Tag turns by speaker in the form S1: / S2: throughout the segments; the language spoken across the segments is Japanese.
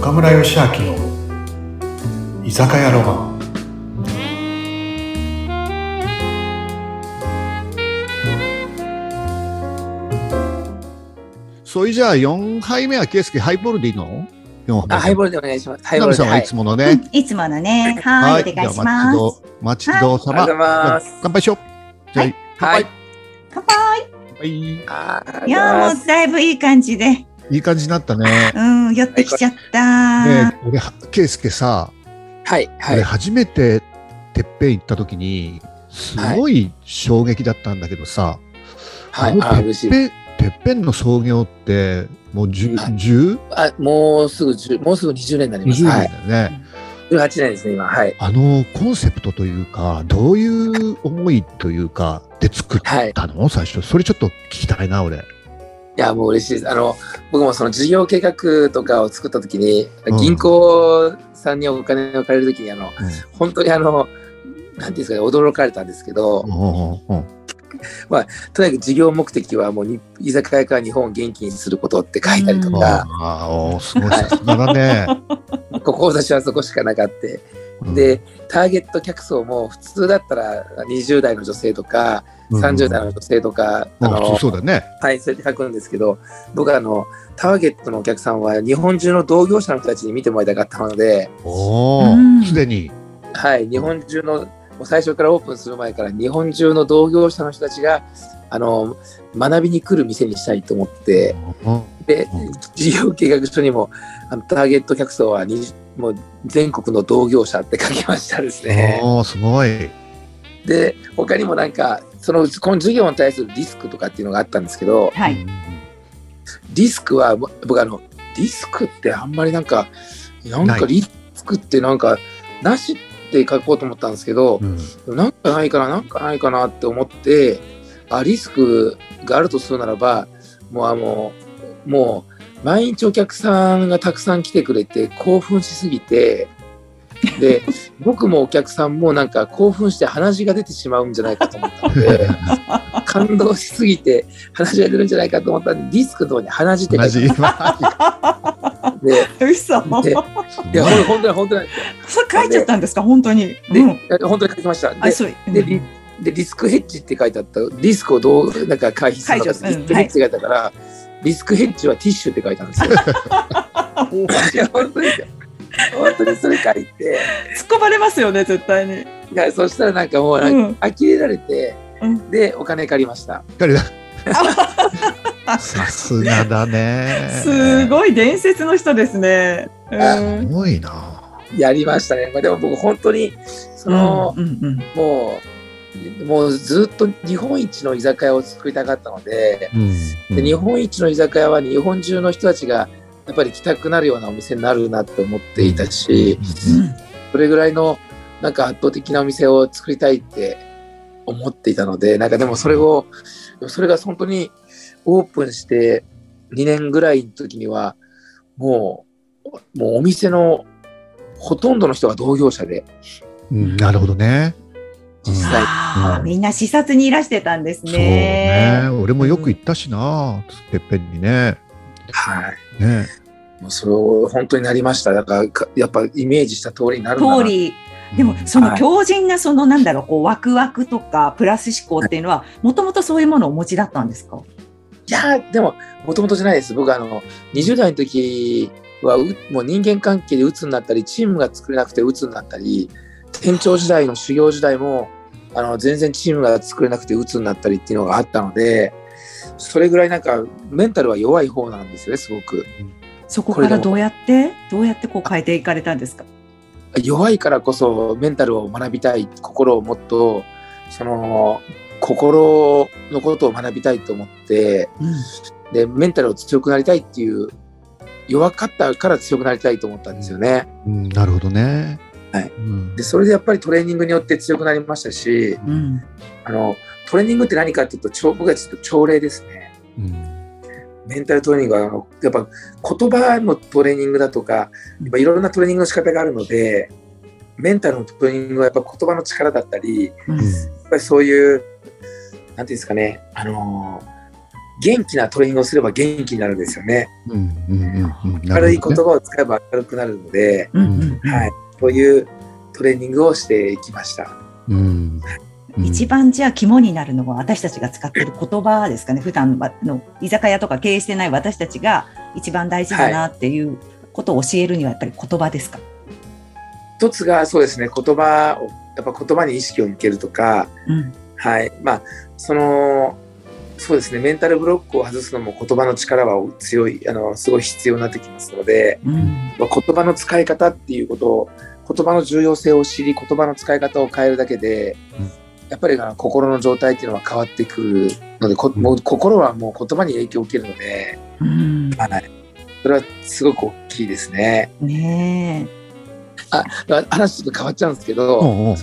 S1: 岡村義明の居酒屋ロマン
S2: それじゃあ4杯目は圭介ハイボールでいいの ?4 杯目。
S3: あ、ハイボールでお願いします。ハイボー
S2: ナミ
S3: ルで。
S2: さんは
S3: はいい。
S2: つものね。
S4: いつものね。はーい、お願いし
S2: じゃあ待ち
S4: ます。
S2: どお待ちどおさ
S3: ありがとう
S2: ま。
S3: ございます。
S2: 乾杯しよう。じゃあ、
S4: は
S3: はい。
S4: 乾杯。
S2: い、
S3: あーあ
S4: い
S3: りがとうござ
S4: や
S3: い
S4: ー
S3: ま
S4: もう
S3: す。
S4: だいぶいい感じで、
S2: いい感じになったね。
S4: うん、寄ってきちゃった。
S2: ねえ俺、圭介さ、
S3: はい。は
S2: 俺
S3: い。
S2: 初めててっぺん行った時に、すごい衝撃だったんだけどさ、
S3: は
S2: あ
S3: い。
S2: の
S3: あー、嬉し
S2: てっ
S3: い。
S2: ぺん、てっぺんの創業って、もう10、
S3: はい
S2: 10
S3: あ、もうすぐ10、もうすぐ20年になりま
S2: 20
S3: す。
S2: 年
S3: は
S2: だ
S3: い。
S2: よね。
S3: 18年ですね、今。はい。
S2: あのコンセプトというか、どういう思いというか、で作ったの、最初。それちょっと聞きたいな、俺。
S3: いや、もう嬉しいです。あの、僕もその事業計画とかを作ったときに
S2: うん、
S3: 銀行さんにお金を借りるときに、あの、
S2: うん
S3: 本当にあの、なんていうんですかね、驚かれたんですけど、
S2: うんうん
S3: とにかく事業目的はもうに居酒屋から日本を元気にすることって書いたりと
S2: うん、
S3: か、
S2: ああ、すごいさすがだね。
S3: 志はそこしかなかった。
S2: うん、
S3: でターゲット客層も普通だったら20代の女性とか
S2: うん
S3: 30代の女性とか、
S2: まあ、
S3: あ
S2: 普
S3: の
S2: 通そうだね。
S3: はいそれで書くんですけど僕はあのターゲットのお客さんは日本中の同業者の人たちに見てもらいたかったので、
S2: お
S4: うん
S2: お、すでに。
S3: はい、日本中のもう最初からオープンする前から日本中の同業者の人たちがあの学びに来る店にしたいと思って
S2: うん
S3: で
S2: うん
S3: 事業計画書にもあのターゲット客層は20もう全国の同業者って書きましたですね。
S2: おお、すごい。
S3: で他にもなんかそのこの授業に対するリスクとかっていうのがあったんですけど
S4: は
S2: う
S4: い。
S2: ん
S3: リスクはぼ僕あのリスクってあんまりなんかなん
S2: ない
S3: かリスクってなんかなしって書こうと思ったんですけど
S2: うん
S3: なんかないかななんかないかなって思ってあリスクがあるとするならばもうあのもう毎日お客さんがたくさん来てくれて興奮しすぎて で僕もお客さんもなんか興奮して鼻血が出てしまうんじゃないかと思ったの で感動しすぎて鼻血が出るんじゃないかと思ったんでリスクのとこに鼻血って書
S2: 同
S3: いて
S2: じ。
S3: あって
S4: 嘘。
S3: でいやほん本当に本当に
S4: それ書いちゃったんですか、本当に。
S3: で、
S4: うん。
S3: 本当に書きました。で
S4: あ、そう。
S3: でリでリスクヘッジって書いてあったリスクをどうなんか回避するのかって
S4: 解
S3: リ
S4: 除
S3: スクヘッジって書いてあったから、リスクヘッジはティッシュって書いたんですよ。
S4: 突っ
S3: いや 本当に本当にそれ書いて
S4: 込まれますよね、絶対に。
S3: いやそしたらなんかもうなん
S4: うん
S3: か呆れられて、
S4: うん
S3: でお金借りました。
S2: しっかりだ。さすがだね。
S4: すごい伝説の人ですね。うん
S2: すごいな。
S3: やりましたね。まあでも僕本当にその、
S4: うんうん
S3: もうもうずっと日本一の居酒屋を作りたかったので
S2: うん
S3: で日本一の居酒屋は日本中の人たちがやっぱり来たくなるようなお店になるなって思っていたし。
S4: うん
S3: それぐらいのなんか圧倒的なお店を作りたいって思っていたのでなんかでもそれをそれが本当にオープンして2年ぐらいの時にはもうもうお店のほとんどの人が同業者で
S2: うんなるほどね。
S3: 実
S2: うん
S3: 際
S4: あ
S2: う
S4: ー
S2: ん
S4: みんな視察にいらしてたんです
S2: そうね
S4: ね。。
S2: 俺もよく行ったしな、てっぺんにね。
S3: はい
S2: ね。
S3: もうそれを本当になりましただからかやっぱイメージした通りになるんだな
S4: 通り。でも
S2: うん
S4: その強靭なそのなんだろうこうワクワクとかプラス思考っていうのはもともとそういうものをお持ちだったんですか。
S3: いやーでももともとじゃないです僕あの20代の時はうもう人間関係で鬱になったりチームが作れなくて鬱になったり店長時代の修行時代もあの全然チームが作れなくて鬱になったりっていうのがあったのでそれぐらいなんかメンタルは弱い方なんですよねすごく
S4: そこからどうやってどうやってこう変えていかれたんですか。
S3: 弱いからこそメンタルを学びたい心をもっとその心のことを学びたいと思ってでメンタルを強くなりたいっていう弱かったから強くなりたいと思ったんですよね。
S2: うんなるほどね。
S3: はい
S2: うん
S3: でそれでやっぱりトレーニングによって強くなりましたし
S4: うん
S3: あのトレーニングって何かっていうと超僕はちょっと朝礼ですね。
S2: うん
S3: メンタルトレーニングはあのやっぱ言葉のトレーニングだとかやっぱいろんなトレーニングの仕方があるのでメンタルのトレーニングはやっぱ言葉の力だったりやっ
S4: うん
S2: うん
S3: ぱりそういうなんていうんですかねあの元気なトレーニングをすれば元気になるんですよね。
S2: うんうんうんうん。なるほどね
S3: 軽い言葉を使えば明るくなるので、
S4: うんうんうん
S3: はい、そういうトレーニングをしていきました。
S2: うん。うん
S4: 一番じゃあ肝になるのは私たちが使ってる言葉ですかね普段はの居酒屋とか経営してない私たちが一番大事だなっていうことを教えるにはやっぱり言葉ですか、
S3: 一つがそうですね言葉をやっぱ言葉に意識を向けるとか
S4: うん
S3: はいまあそのそうですねメンタルブロックを外すのも言葉の力は強いあのすごい必要になってきますので、
S4: うん
S3: まあ、言葉の使い方っていうことを言葉の重要性を知り言葉の使い方を変えるだけで、
S2: うん
S3: やっぱりあの心の状態っていうのは変わってくるのでこ
S2: うん
S3: もう心はもう言葉に影響を受けるので、
S4: うん
S3: はい、それはすごく大きいですね。
S4: ね
S3: あ話ちょっと変わっちゃうんですけど、
S2: おうおう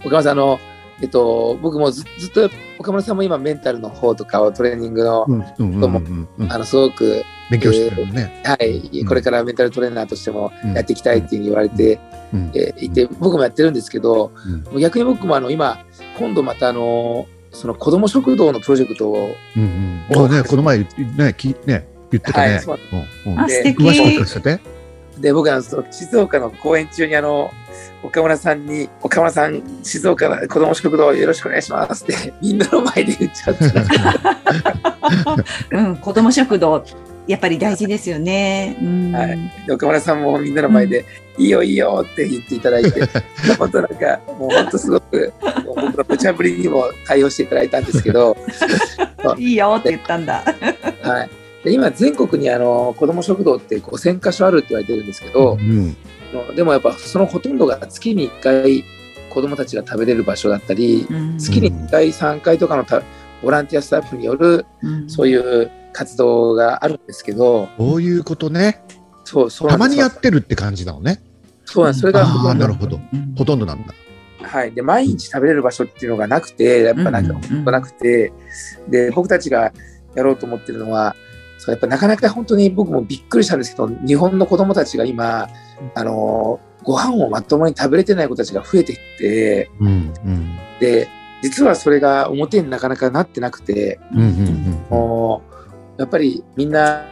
S3: 岡村さんあの、えっと、僕もずずっと岡村さんも今メンタルの方とかをトレーニングの,、
S2: うんうんうんうんうん
S3: あのすごく、
S2: 勉強してるよね。
S3: はい、
S2: うん
S3: これからメンタルトレーナーとしても
S2: うん
S3: やっていきたいっていうふうに言われて、
S2: うん
S3: えーいて僕もやってるんですけど
S2: うん
S3: もう逆に僕もあの今今度またあのその子ども食堂のプロジェクトを
S2: うんうん。あねこの前ねきね言ってた
S3: は
S2: ね
S3: いそう。
S2: うんうん
S4: あ
S3: で
S4: 素
S2: 詳しく聞
S4: 敵
S2: かせて。
S3: で僕はその静岡の公演中にあの岡村さんに「岡村さん静岡の子ども食堂よろしくお願いします」ってみんなの前で言っちゃって。
S4: うん子ども食堂やっぱり大事ですよね、うん
S3: はいで岡村さんもみんなの前で「いいよいいよ」って言っていただいて本当なんかもう本当すごくもう僕の無茶ぶりにも対応していただいたんですけど、
S4: いいよって言ったんだ
S3: はい、で今全国にあの子ども食堂って5,000箇所あるって言われてるんですけ
S2: う
S3: ど、
S2: ん
S3: あのでもやっぱそのほとんどが月に1回子どもたちが食べれる場所だったり
S4: うん
S3: 月に1回3回とかのたボランティアスタッフによる
S4: うん
S3: そういう活動があるんですけど
S2: こういうことね。
S3: そうそう
S2: た
S3: なんで
S2: ますにやってるって感じなのね。
S3: そうなんですそれがほとん
S2: あ
S3: ど
S2: あなるほど。
S4: うん
S2: ほとんどなんだ。
S3: はい、で毎日食べれる場所っていうのがなくてやっぱなんか
S4: うん
S3: 本当なくて、で僕たちがやろうと思ってるのはそうやっぱなかなか本当に僕もびっくりしたんですけど日本の子どもたちが今あのご飯をまともに食べれてない子たちが増えてきて
S2: うんうん
S3: で実はそれが表になかなかなってなくて
S2: うんうんうん。
S3: もうやっぱりみんな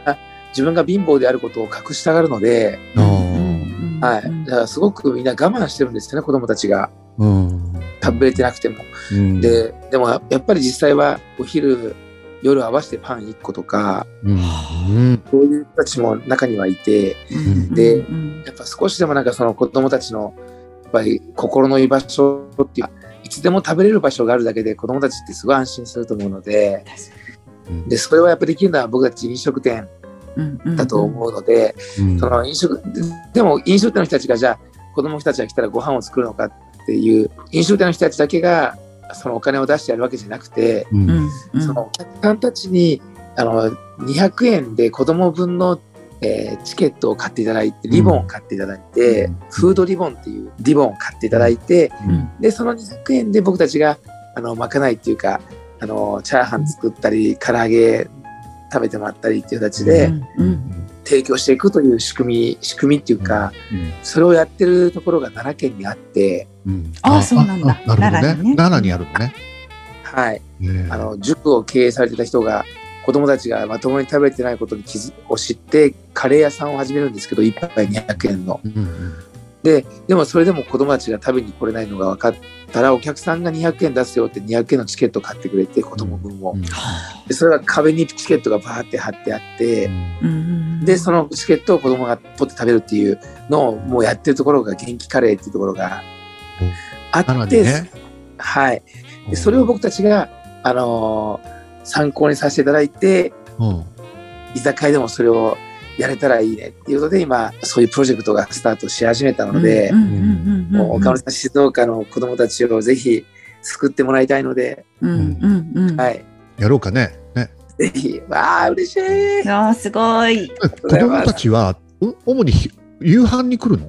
S3: 自分が貧乏であることを隠したがるので、
S2: あ
S4: うん
S3: はい
S4: うん、
S3: だからすごくみんな我慢してるんですよね子どもたちが
S2: ーうん
S3: 食べれてなくても。
S2: うん
S3: ででもやっぱり実際はお昼夜合わせてパン1個とか
S2: うんうん
S3: そういう人たちも中にはいて
S2: うん
S3: で
S4: うん
S3: やっぱ少しでもなんかその子供たちのやっぱり心の居場所っていうかいつでも食べれる場所があるだけで子供たちってすごい安心すると思うので
S2: うん
S3: でそれはやっぱりできるのは僕たち飲食店
S4: うんうん
S3: だと思うので、
S2: うん
S3: その飲食でも飲食店の人たちがじゃあ子供の人たちが来たらご飯を作るのかっていう飲食店の人たちだけがそのお金を出してやるわけじゃなくて、
S2: うん
S4: うんうん
S3: そのお客さんたちにあの200円で子供分の、えーチケットを買っていただいてリボンを買っていただいて、
S2: うん
S3: フードリボンっていうリボンを買っていただいて
S2: うん
S3: でその200円で僕たちがあのまかないっていうかあのチャーハン作ったり唐揚げ食べてもらったりっていう形
S4: う
S3: で
S4: んうん
S3: 提供していくという仕組み仕組みっていうか
S2: うん
S3: それをやってるところが奈良県にあって、
S2: うん
S4: あそうなんだ
S2: あなるほ
S4: 奈良
S2: ど
S4: にね
S2: ね。奈良にあるのね。
S3: はい、
S2: ね
S3: あの塾を経営されてた人が子供たちがまともに食べてないことに気づを知ってカレー屋さんを始めるんですけど1杯200円の
S2: うんうん
S3: ででもそれでも子供たちが食べに来れないのが分かったらお客さんが200円出すよって200円のチケットを買ってくれて子供分を、
S2: うん
S3: でそれが壁にチケットがバーって貼ってあって
S4: うんうんうん
S3: でそのチケットを子供が取って食べるっていうのをもうやってるところが元気カレーっていうところがあ
S2: 奈良
S3: って、
S2: にね。
S3: はいでそれを僕たちが、あのー参考にさせていただいて
S2: うん
S3: 居酒屋でもそれをやれたらいいねっていうので今そういうプロジェクトがスタートし始めたので、
S4: うんうんうんうん
S3: もう岡村さん静岡の子供たちをぜひ救ってもらいたいので、
S4: うんうんうん。
S3: はい、
S2: やろうかね。ね。
S3: ぜひわあ嬉しい
S4: あーすごい。
S2: 子供たちはうん主にひ夕飯に来るの？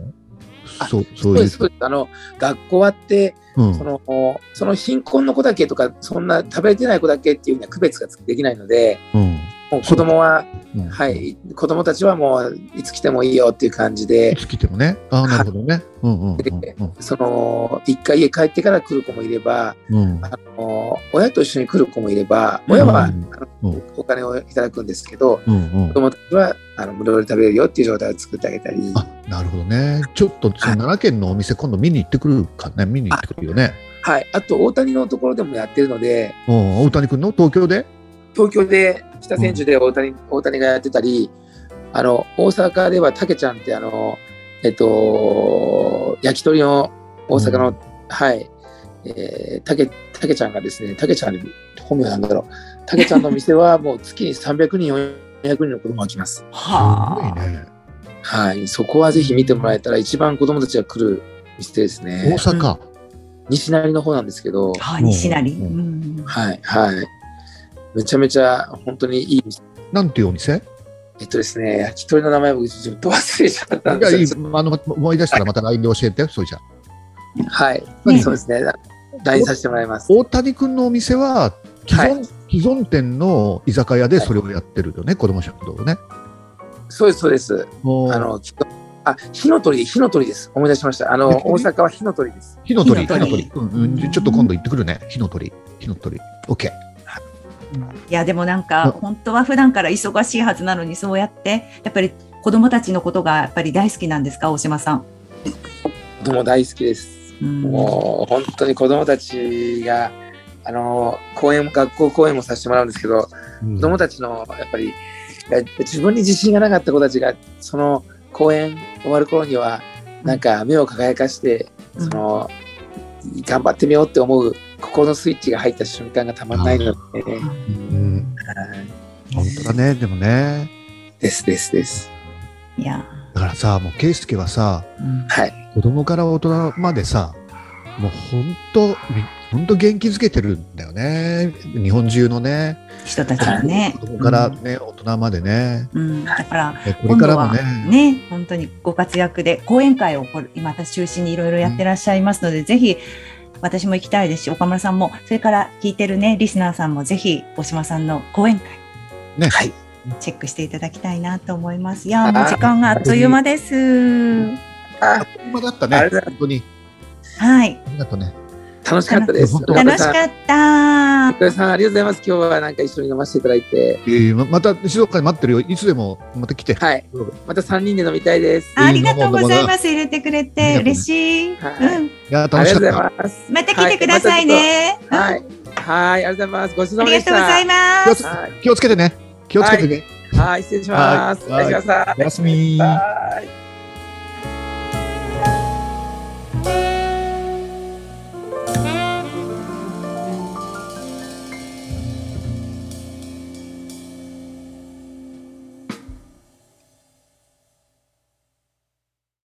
S2: そうそ
S3: そうう
S2: い
S3: で
S2: う
S3: す。そうですあの学校終わって
S2: うん
S3: そのその貧困の子だけとかそんな食べれてない子だけっていうふうな区別ができないので
S2: うん
S3: もう子供は
S2: うん
S3: はい、子供たちはもういつ来てもいいよっていう感じ
S2: い
S3: で、
S2: つ来てもね。ああ、なるほどね。うんうんうん
S3: その一回家帰ってから来る子もいれば、
S2: うん。うん。
S3: あの親と一緒に来る子もいれば、親は、
S2: うん
S3: あの
S2: うん
S3: お金をいただくんですけど、
S2: うんうん
S3: 子供たちはあの無料で食べれるよっていう状態を作ってあげたり、
S2: あなるほどね。ちょっとその奈良県のお店、今度見に行ってくるかね、見に行ってくるよね。
S3: はい、あと大谷のところでもやってるので、
S2: うん、大谷君の東京で
S3: 東京で北千住で大谷,、大谷がやってたり、あの大阪ではたけちゃんってあの、えっと、焼き鳥の大阪の、
S2: うん
S3: はい、えー、たけたけちゃんがですね、たけちゃん、本名なんだろう、たけちゃんの店はもう月に300人、400人の子供が来ます。
S4: は
S2: すごいね。
S3: はい、そこはぜひ見てもらえたら、一番子供たちが来る店です
S2: 大
S3: ね。
S2: 阪。
S3: 西成の方なんですけど、
S4: あ。はい、西成。
S2: う
S4: うん
S3: はい、はい。めちゃめちゃ本当にいい店
S2: なんていうお店
S3: えっとですね、焼き鳥の名前僕ずっと忘れちゃったん
S2: いやいい
S3: ですよ。
S2: あの思い出したらまた LINE で教えて、それじゃあ
S3: はい、
S4: うん
S3: そうですね。LINE させてもらいます。
S2: 大谷君のお店は既存,、既存店の居酒屋でそれをやってるよね、子供食堂をね。
S3: そうです、そうです。
S2: もう
S3: あの、きっとあ、火の鳥、火の鳥です。思い出しました。あの、
S2: 焼き鳥
S3: 大阪は火の鳥です。
S2: 火の鳥、
S4: 火
S2: 火
S4: の
S2: の
S4: 鳥
S2: 鳥。うんうんちょっと今度行ってくるね、火の鳥、火の鳥。OK。
S4: いやでもなんか
S2: うん
S4: 本当は普段から忙しいはずなのにそうやってやっぱり子供たちのことがやっぱり大好きなんですか大島さん。
S3: 子供大好きです。
S4: うん
S3: もう、本当に子供たちが、あの、公演も、学校公演もさせてもらうんですけど、子供たちの、やっぱり、え自分に自信がなかった子たちが、その公演終わる頃には、なんか目を輝かして、
S4: うん
S3: その頑張ってみようって思う心のスイッチが入った瞬間がたまんないので、
S2: うん、本当だね、でもね。
S3: ですですです。
S4: いや、
S2: だからさ、もう圭介はさ、
S4: うん
S3: はい。
S2: 子供から大人までさ、もう本当、本当元気づけてるんだよね、日本中のね、
S4: 人たちがね。
S2: 子供からね、大人までね、
S4: うん、だから
S2: でこれ
S4: 今
S2: か
S4: 度
S2: らも
S4: は
S2: ね、
S4: ね本当にご活躍で講演会をこれ今私中心にいろいろやってらっしゃいますので、ぜひ私も行きたいですし岡村さんもそれから聞いてるねリスナーさんもぜひ大島さんの講演会
S2: ね
S3: はい
S4: チェックしていただきたいなと思います。いやもう
S3: あー
S4: 時間があっという間です。
S3: あ
S2: 今だった
S3: あ
S2: ね
S3: れだ、
S2: 本当に。
S4: はい
S2: ありがとうね。
S3: 楽しかったです。
S2: 本当
S4: 楽しかった。
S3: 岡田さんありがとうございます。今日はなんか一緒に飲ませていただいて、
S2: えーままた静岡に待ってるよ、いつでもまた来て。
S3: はい。また3人で飲みたいです。
S4: ありがとうございます。入れてくれて嬉しい。
S3: はい
S4: うん。
S2: いや、
S3: あ
S2: 楽
S3: り
S2: しかっ
S3: がと
S2: た。
S3: うございます。
S4: また来てくださいね。
S3: は
S4: う
S3: い。はい。ありがとうございます。ごち
S4: ん。
S3: そうさま
S4: あり
S3: で
S4: が
S3: し
S4: とうご
S3: た。
S4: ざいます。
S3: はい
S2: 気をつけてね。気をつけてね。
S3: はい、失礼します。お
S2: はい
S3: 願いします。
S2: おやすみ
S3: はい。